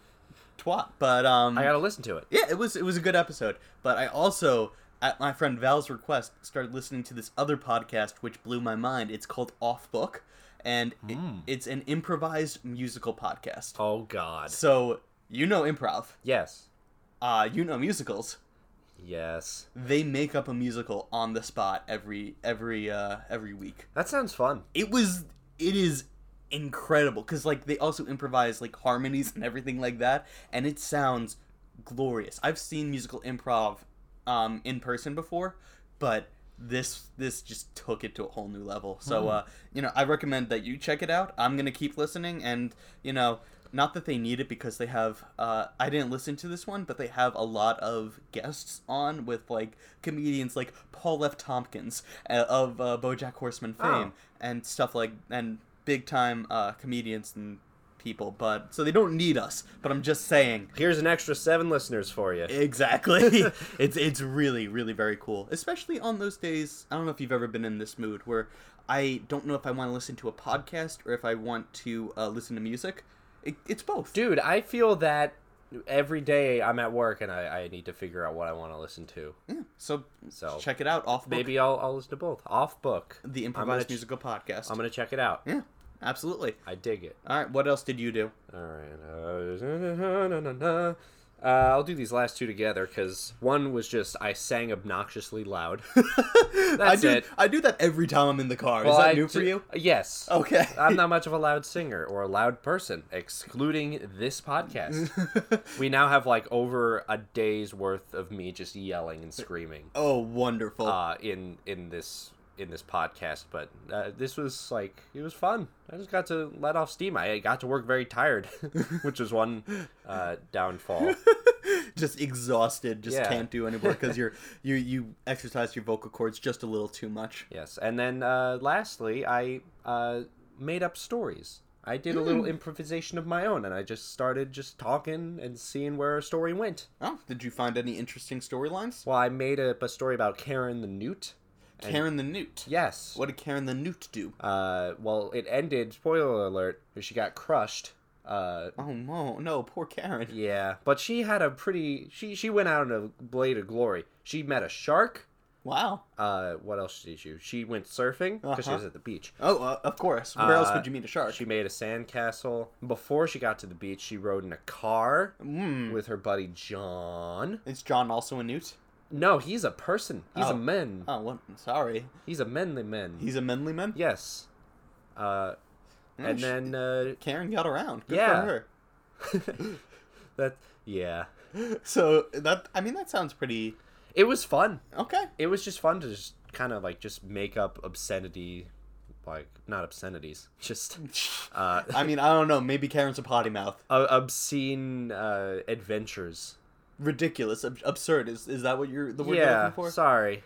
B: twat, but um,
A: I gotta listen to it.
B: yeah, it was it was a good episode. But I also, at my friend Val's request, started listening to this other podcast, which blew my mind. It's called Off Book, and it, it's an improvised musical podcast.
A: Oh God.
B: So you know improv,
A: Yes.
B: uh, you know musicals.
A: Yes.
B: They make up a musical on the spot every every uh, every week.
A: That sounds fun.
B: It was it is incredible because like they also improvise like harmonies and everything like that, and it sounds glorious. I've seen musical improv um, in person before, but this this just took it to a whole new level. So uh, you know, I recommend that you check it out. I'm gonna keep listening, and you know, not that they need it because they have. Uh, I didn't listen to this one, but they have a lot of guests on with like comedians like Paul F. Tompkins uh, of uh, BoJack Horseman
A: Oh.
B: fame and stuff like and big time uh, comedians and people. But so they don't need us. But I'm just saying.
A: Here's an extra seven listeners for you.
B: Exactly. it's it's really really very cool, especially on those days. I don't know if you've ever been in this mood where I don't know if I want to listen to a podcast or if I want to uh, listen to music. It, it's both.
A: Dude, I feel that every day I'm at work and I, I need to figure out what I want to listen to.
B: Yeah, so,
A: So,
B: check it out. Off maybe
A: Maybe I'll, I'll listen to both. Off book.
B: the
A: gonna
B: improvised
A: ch-
B: musical podcast.
A: I'm going to check it out.
B: yeah, absolutely.
A: I dig it.
B: All right, what else did you do?
A: All right. Uh, I'll do these last two together because one was just I sang obnoxiously loud.
B: I
A: That's
B: do
A: it.
B: I do that every time I'm in the car. Is
A: Well,
B: that
A: I
B: new for
A: ju-
B: you?
A: Yes.
B: Okay.
A: I'm not much of a loud singer or a loud person, excluding this podcast. we now have like over a day's worth of me just yelling and screaming
B: oh, wonderful.
A: uh, in in this in this podcast. But uh, this was like it was fun. I just got to let off steam. I got to work very tired, which was one uh, downfall.
B: just exhausted, just
A: Yeah.
B: can't do anymore because you're you you exercise your vocal cords just a little too much.
A: Yes, and then uh, lastly, I uh, made up stories. I did a
B: Hmm.
A: little improvisation of my own, and I just started just talking and seeing where a story went.
B: Oh, did you find any interesting storylines?
A: Well, I made up a story about Karen the Newt. and-
B: Karen the Newt.
A: Yes.
B: What did Karen the Newt do?
A: Uh, well, it ended. Spoiler alert: she got crushed. Uh,
B: Oh no, no, poor Karen.
A: yeah, but she had a pretty. She she went out in a blade of glory. She met a shark.
B: Wow.
A: Uh, what else did she? do? She went surfing because she
B: Uh-huh.
A: was at the beach.
B: Oh, uh, of course. Where else
A: Uh,
B: would you meet a shark?
A: She made a sandcastle. Before she got to the beach, she rode in a car
B: Mm.
A: with her buddy John.
B: Is John also a Newt?
A: No, he's a person. He's
B: Oh.
A: a man.
B: Oh, what? Sorry.
A: He's a manly man.
B: He's a menly man.
A: Yes. Uh,
B: Oh,
A: and
B: sh-
A: then uh,
B: Karen got around. Good
A: Yeah.
B: for her.
A: that yeah,
B: So that I mean that sounds pretty
A: it was fun.
B: okay.
A: It was just fun to just kind of like just make up obscenity, like not obscenities, just uh,
B: I mean I don't know. Maybe Karen's a potty mouth.
A: o- obscene uh, adventures.
B: Ridiculous, ab- absurd. Is is that what you're the word you're
A: yeah,
B: looking for?
A: sorry.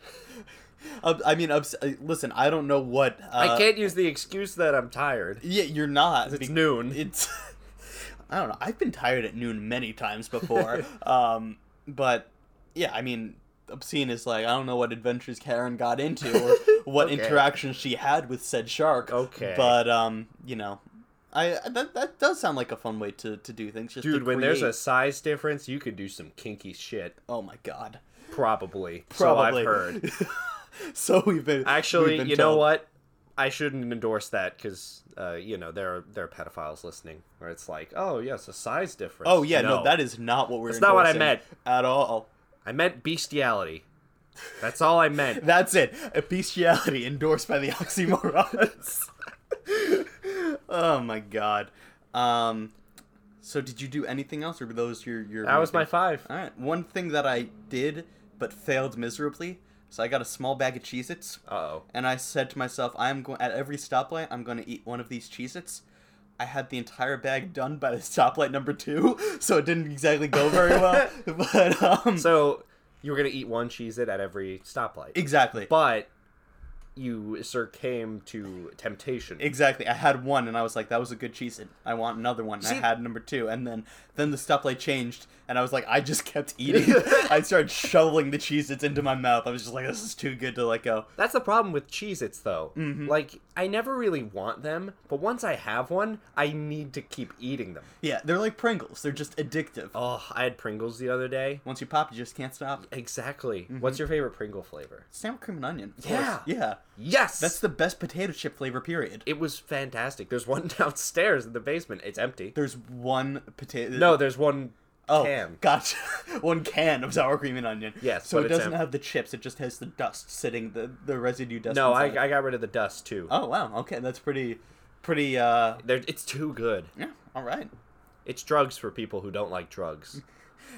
B: Ob- I mean, obs- uh, listen. I don't know what. Uh,
A: I can't use the excuse that I'm tired.
B: Yeah, you're not.
A: It's
B: be-
A: noon.
B: It's. I don't know. I've been tired at noon many times before. um, but yeah, I mean, obscene is like I don't know what adventures Karen got into or what
A: Okay.
B: interactions she had with said shark.
A: Okay.
B: But um, you know, I that that does sound like a fun way to to do things. Just to
A: Dude, when there's a
B: create-
A: size difference, you could do some kinky shit.
B: oh my god.
A: Probably. So
B: Probably
A: I've heard.
B: so we've been
A: Actually,
B: we've been
A: you know
B: told.
A: what? I shouldn't endorse that because, uh, you know, there are, there are pedophiles listening where it's like, oh, yes, a size difference.
B: Oh yeah, no, that is not what we're.
A: That's not what I
B: endorsing
A: meant.
B: at all.
A: I meant bestiality. That's all I meant.
B: That's it. A bestiality endorsed by the oxymorons. oh my god. Um, so did you do anything else, or were those your your?
A: That was my five.
B: All right. One thing that I did but failed miserably. So I got a small bag of Cheez-Its,
A: Uh oh.
B: and I said to myself, I am going at every stoplight. I'm going to eat one of these Cheez-Its. I had the entire bag done by the stoplight number two, so it didn't exactly go very well. but um,
A: So you were going to eat one Cheez It at every stoplight.
B: exactly.
A: but you succumbed to temptation.
B: Exactly. I had one and I was like, that was a good cheese. I want another one. And
A: See-
B: I had number two. And then then the stoplight changed and I was like, I just kept eating. I started shoveling the cheese its into my mouth. I was just like, this is too good to let go.
A: That's the problem with Cheez Its, though.
B: Mm-hmm.
A: Like, I never really want them, but once I have one, I need to keep eating them.
B: Yeah, they're like Pringles. They're just addictive.
A: Oh, I had Pringles the other day.
B: Once you pop, you just can't stop. Mm-hmm.
A: Exactly. What's your favorite Pringle flavor?
B: Sour cream and onion. of course.
A: Yeah.
B: Yeah.
A: Yes.
B: That's the best potato chip flavor, period.
A: it was fantastic. There's one downstairs in the basement. It's empty.
B: There's one potato.
A: No, there's one
B: oh,
A: can.
B: gotcha. one can of sour cream and onion.
A: Yes,
B: So
A: but
B: it
A: it's
B: doesn't
A: em-
B: have the chips. It just has the dust sitting, the the residue dust.
A: No, I,
B: inside it.
A: I got rid of the dust too.
B: Oh wow. Okay, that's pretty, pretty. uh
A: There, it's too good.
B: Yeah. All right.
A: It's drugs for people who don't like drugs.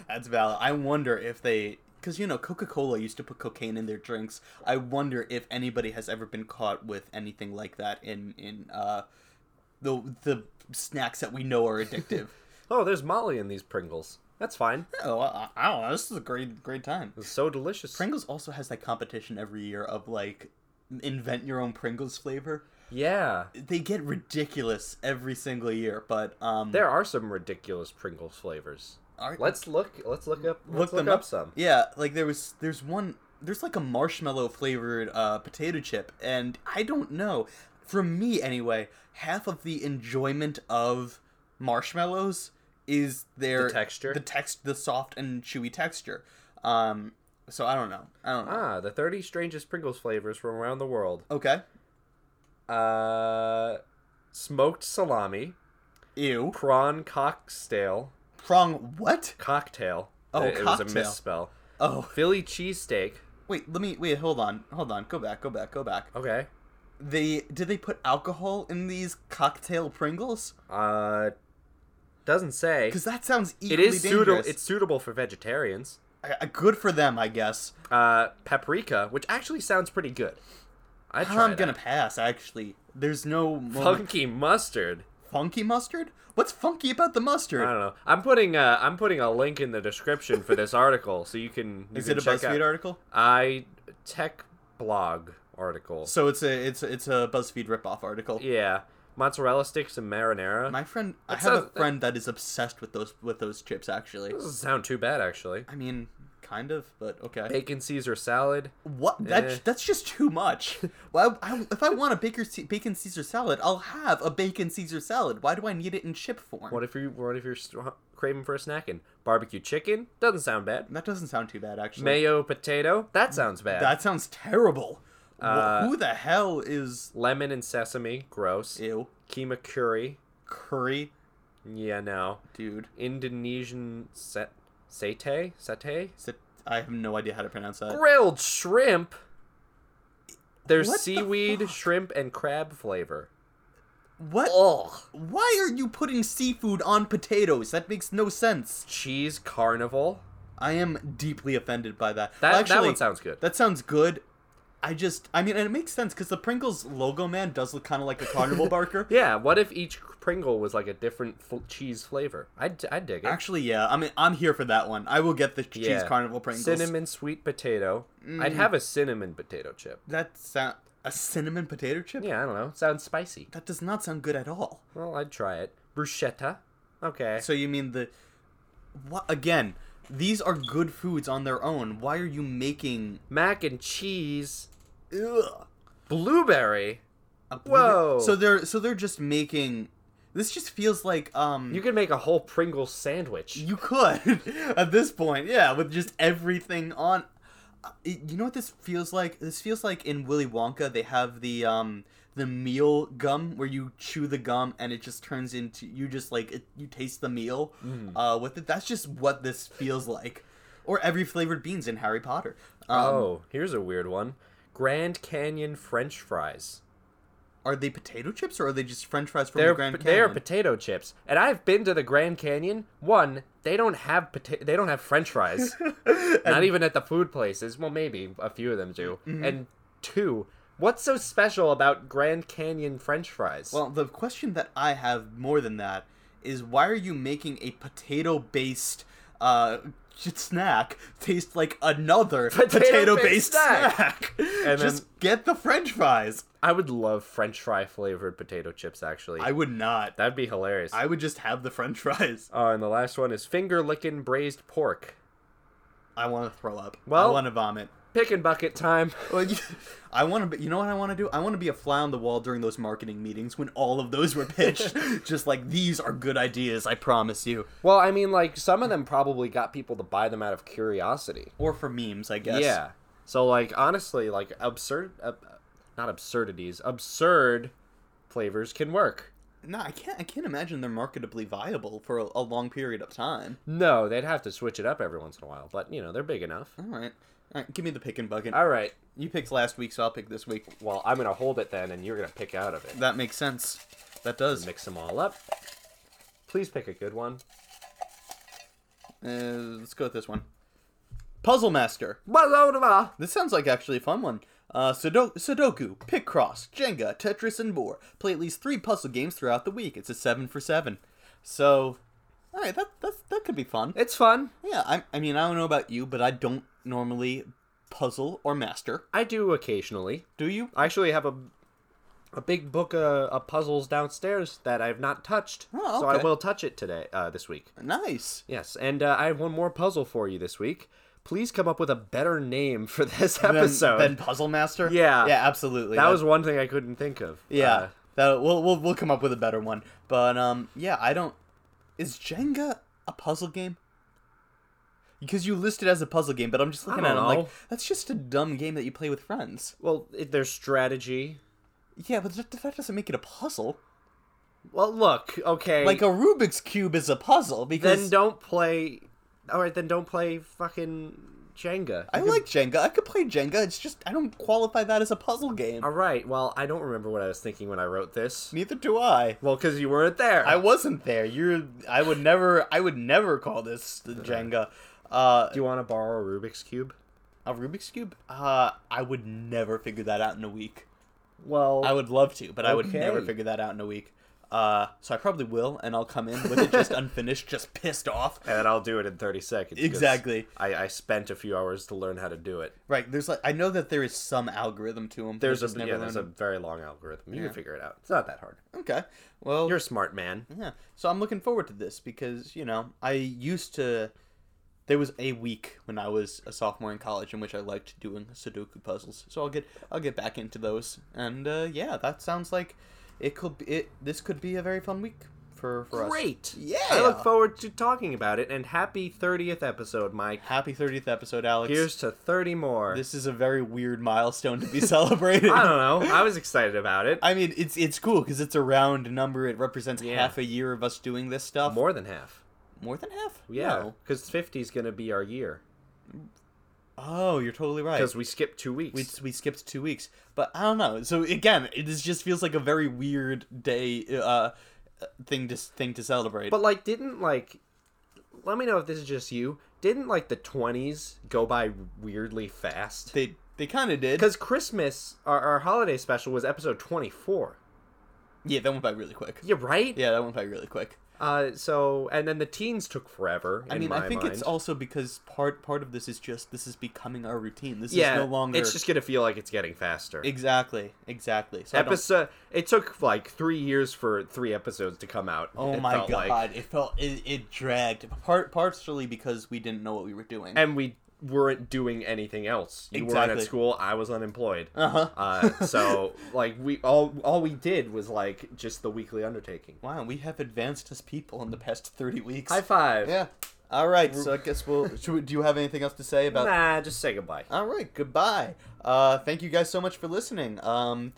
B: That's valid. I wonder if they, because you know, Coca Cola used to put cocaine in their drinks. I wonder if anybody has ever been caught with anything like that in in uh, the the snacks that we know are addictive.
A: Oh, there's Molly in these Pringles. That's fine.
B: oh, I, I don't know. This is a great great time.
A: It's so delicious.
B: Pringles also has that competition every year of like invent your own Pringles flavor.
A: yeah.
B: They get ridiculous every single year, but um,
A: There are some ridiculous Pringles flavors.
B: are,
A: Let's look. Let's look up. Let's
B: look
A: look,
B: them
A: up,
B: up.
A: some.
B: Yeah, like there was there's one there's like a marshmallow flavored uh, potato chip, and I don't know. For me anyway, half of the enjoyment of marshmallows is their
A: The texture?
B: the text, the soft and chewy texture. Um, so I don't know. I don't know.
A: Ah, the 30 strangest Pringles flavors from around the world.
B: Okay.
A: Uh, smoked salami,
B: Ew.
A: prawn cocktail,
B: Prong what?
A: cocktail.
B: Oh,
A: it, it was a
B: cocktail.
A: misspell.
B: Oh,
A: Philly cheesesteak.
B: wait. Let me wait. Hold on. Hold on. Go back. Go back. Go back.
A: Okay.
B: They did they put alcohol in these cocktail Pringles?
A: Uh, doesn't say.
B: Because that sounds
A: It
B: equally
A: is suitable.
B: dangerous.
A: It's suitable for vegetarians.
B: I- I- good for them, I guess.
A: Uh, paprika, which actually sounds pretty good. I try
B: Ah, I'm gonna pass. Actually, there's no more
A: funky mustard.
B: funky mustard. What's funky about the
A: I
B: mustard?
A: don't know. I'm putting uh, I'm putting a link in the description for this article, so you can. You
B: Is
A: can
B: it a
A: check
B: BuzzFeed
A: out-
B: article?
A: I tech blog article.
B: So it's a it's a, it's a BuzzFeed ripoff article.
A: yeah, mozzarella sticks and marinara.
B: My friend, I
A: That
B: have a
A: sounds-
B: friend that is obsessed with those with those chips. Actually,
A: doesn't sound too bad actually.
B: I mean, kind of, but okay.
A: Bacon Caesar salad.
B: What? That's
A: Eh.
B: that's just too much. Well, I, if I want a baker Ce- bacon Caesar salad, I'll have a bacon Caesar salad. Why do I need it in chip form?
A: What if you What if you're st- craving for a snack and barbecue chicken? Doesn't sound bad.
B: That doesn't sound too bad, actually.
A: Mayo potato. That sounds bad.
B: That sounds terrible. Wh-
A: Uh,
B: Who the hell is
A: Lemon and sesame. Gross.
B: ew
A: Kima curry.
B: curry,
A: Yeah, no.
B: dude?
A: Indonesian set satay satay.
B: Sit- I have no idea how to pronounce that.
A: Grilled shrimp. There's
B: Uh, What the
A: seaweed,
B: fuck?
A: shrimp, and crab flavor.
B: What?
A: Ugh.
B: Why are you putting seafood on potatoes? That makes no sense.
A: Cheese carnival.
B: I am deeply offended by that.
A: That
B: Well,
A: that
B: actually,
A: one sounds good.
B: that sounds good. I just, I mean, and it makes sense because the Pringles logo man does look kind of like a carnival barker.
A: yeah. What if each Pringle was like a different f- cheese flavor? I I dig it.
B: Actually, yeah. I mean, I'm here for that one. I will get the cheese
A: Yeah.
B: carnival Pringles. Mm.
A: Cinnamon sweet potato. I'd have a cinnamon potato chip.
B: That sound a cinnamon potato chip.
A: Yeah, I don't know. Sounds spicy.
B: That does not sound good at all.
A: Well, I'd try it. Bruschetta. Okay.
B: So you mean the what again? These are good foods on their own. Why are you making
A: Mac and cheese.
B: ugh,
A: Blueberry.
B: a blue-
A: Whoa.
B: So they're so they're just making this just feels like um
A: You
B: you,
A: could make a whole Pringle sandwich.
B: could at this point. Yeah, with just everything on Uh, you know what this feels like? This feels like in Willy Wonka they have the um the meal gum where you chew the gum and it just turns into you just like it, you taste the meal
A: Mm.
B: uh with it. That's just what this feels like. Or every flavored beans in Harry Potter. Um,
A: oh, here's a weird one. Grand Canyon French fries.
B: Are they potato chips or are they just French fries from
A: They're
B: the Grand
A: they are
B: Canyon?
A: potato chips, and I've been to the Grand Canyon. One, they don't have pota- they don't have French fries, not even at the food places. Well, maybe a few of them do.
B: Mm-hmm.
A: And two, what's so special about Grand Canyon French fries?
B: well, the question that I have more than that is why are you making a potato-based uh, j- snack taste like another
A: Potato-based
B: potato-based
A: snack.
B: snack?
A: then-
B: just get the French fries.
A: I would love French fry flavored potato chips. Actually,
B: I would not.
A: that'd be hilarious.
B: I would just have the French fries.
A: Oh, and the last one is finger licking braised pork.
B: I want to throw up. I
A: Well-
B: want to vomit.
A: Pick and bucket time.
B: Well, you- I want to. be You know what I want to do? I want to be a fly on the wall during those marketing meetings when all of those were pitched. just like these are good ideas. I promise you.
A: Well, I mean, like some of them probably got people to buy them out of curiosity.
B: or for memes, I guess.
A: Yeah. So like honestly, like absurd, uh, not absurdities, absurd flavors can work.
B: No, I can't. I can't imagine they're marketably viable for a, a long period of time.
A: No, they'd have to switch it up every once in a while, but you know, they're big enough.
B: All right, all right. Give me the pick and bucket.
A: All right.
B: You picked last week, so I'll pick this week.
A: Well, I'm going to hold it then and you're going to pick out of it.
B: That makes sense. That does.
A: Mix them all up. Please pick a good one.
B: Uh, let's go with this one. Puzzle Master.
A: Well,
B: This sounds like actually a fun one. Uh, Sudo- Sudoku, Picross, Jenga, Tetris, and more. Play at least three puzzle games throughout the week. It's a seven for seven. So, all right, that that's, that could be fun.
A: It's fun.
B: Yeah, I, I mean, I don't know about you, but I don't normally puzzle or master.
A: I do occasionally.
B: Do you?
A: I actually have a a big book uh, of puzzles downstairs that I've not touched.
B: Oh,
A: So I
B: okay.
A: will touch it today uh, this week.
B: Nice.
A: Yes, and uh, I have one more puzzle for you this week. Please come up with a better name for this
B: Then-
A: episode.
B: Then puzzle master.
A: Yeah.
B: Yeah, absolutely.
A: that was one thing I couldn't think of.
B: Yeah.
A: Uh,
B: that we'll, we'll we'll come up with a better one. But um yeah, I don't is Jenga a puzzle game? Because you list it as a puzzle game, but I'm just looking
A: I
B: at it
A: don't
B: I'm like
A: know.
B: that's just a dumb game that you play with friends.
A: well, it, there's strategy.
B: Yeah, but that, that doesn't make it a puzzle.
A: Well, look, okay.
B: Like a Rubik's cube is a puzzle
A: then
B: because
A: don't play. All right, then don't play fucking Jenga.
B: I like Jenga. I could play Jenga. It's just I don't qualify that as a puzzle game.
A: All right. Well, I don't remember what I was thinking when I wrote this.
B: Neither do I.
A: Well, because you weren't there.
B: I wasn't there. You're. I would never. I would never call this Jenga. Uh,
A: Do you want to borrow a Rubik's cube?
B: A Rubik's cube? Uh, I would never figure that out in a week.
A: Well,
B: I would love to, but I would never
A: Okay.
B: figure that out in a week. Uh, so I probably will, and I'll come in with it just unfinished, just pissed off.
A: and then I'll do it in 30 seconds. 'cause
B: Exactly.
A: I, I spent a few hours to learn how to do it.
B: Right? There's like I know that there is some algorithm to them.
A: There's a yeah, there's a very long algorithm. You
B: Yeah.
A: can figure it out. It's not that hard.
B: okay. Well,
A: You're a smart man.
B: yeah. So I'm looking forward to this because you know I used to. There was a week when I was a sophomore in college in which I liked doing Sudoku puzzles. So I'll get I'll get back into those, and uh, yeah, that sounds like it could be, it. This could be a very fun week for for us.
A: Great.
B: Yeah.
A: I look forward to talking about it and happy 30th episode, Mike.
B: Happy 30th episode, Alex.
A: Here's to 30 more.
B: this is a very weird milestone to be celebrated.
A: I don't know. I was excited about it.
B: I mean, it's it's cool because it's a round number. It represents
A: Yeah.
B: half a year of us doing this stuff.
A: More than half.
B: More than half?
A: Yeah.
B: No.
A: Because 50 is going to be our year.
B: Oh, you're totally right.
A: Because we skipped two weeks.
B: we, we skipped two weeks but i don't know so again it is, just feels like a very weird day uh thing to thing to celebrate
A: But like, didn't like, let me know if this is just you. Didn't like the twenties go by weirdly fast?
B: they they kind of did
A: Because Christmas, our, our holiday special was episode twenty four.
B: yeah that went by really quick
A: Yeah, right.
B: yeah that went by really quick
A: Uh, so and then the teens took forever.
B: i
A: in
B: mean
A: my
B: i think
A: mind.
B: it's also because part part of this is just this is becoming our routine this
A: yeah.
B: is no longer
A: It's just gonna feel like it's getting faster.
B: exactly exactly so I don't-
A: Episode. It took like three years for three episodes to come out.
B: Oh
A: it
B: my
A: felt
B: god!
A: like.
B: it felt it, it dragged. Part partially because we didn't know what we were doing.
A: And we weren't doing anything else. You weren't
B: Exactly.
A: at school. I was unemployed.
B: uh-huh.
A: Uh, so like we all all we did was like just the weekly undertaking.
B: wow, we have advanced as people in the past thirty weeks.
A: High five.
B: Yeah. All right. So I guess we'll. Should we, do you have anything else to say about?
A: Nah, just say goodbye.
B: All right. Goodbye. Uh, thank you guys so much for listening. Um,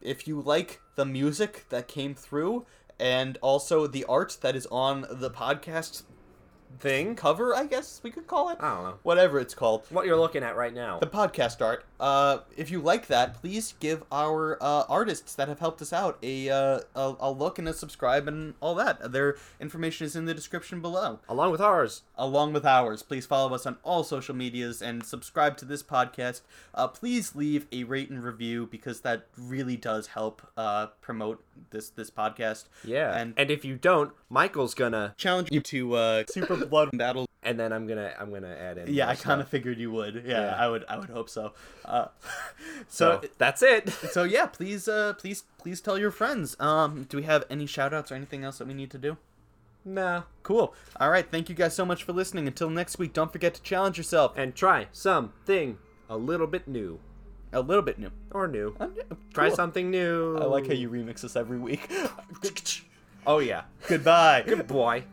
B: if you like the music that came through and also the art that is on the podcast
A: Thing. Oh.
B: cover, I guess we could call it
A: I don't know
B: whatever it's called.
A: what you're looking at right now.
B: The podcast art. Uh, if you like that, please give our uh, artists that have helped us out a, uh, a a look and a subscribe and all that. Their information is in the description below.
A: Along with ours.
B: along with ours. Please follow us on all social medias and subscribe to this podcast. Uh, please leave a rate and review because that really does help uh, promote this this podcast.
A: Yeah.
B: And-
A: And, if you don't, Michael's gonna
B: Challenge you to uh, Super Blood Battle.
A: and then I'm gonna I'm gonna add in.
B: Yeah,
A: more
B: I kind of
A: stuff.
B: figured you would. Yeah,
A: Yeah.
B: I would. I would hope so. Uh, so.
A: So that's it.
B: so yeah, please, uh, please, please tell your friends. Um, do we have any shout outs or anything else that we need to do?
A: nah.
B: Cool. All right. Thank you guys so much for listening. Until next week, don't forget to challenge yourself
A: And try something a little bit new
B: a little bit new.
A: or new. Try
B: Cool.
A: something new.
B: I like how you remix us every week.
A: Oh yeah.
B: Goodbye.
A: Good boy.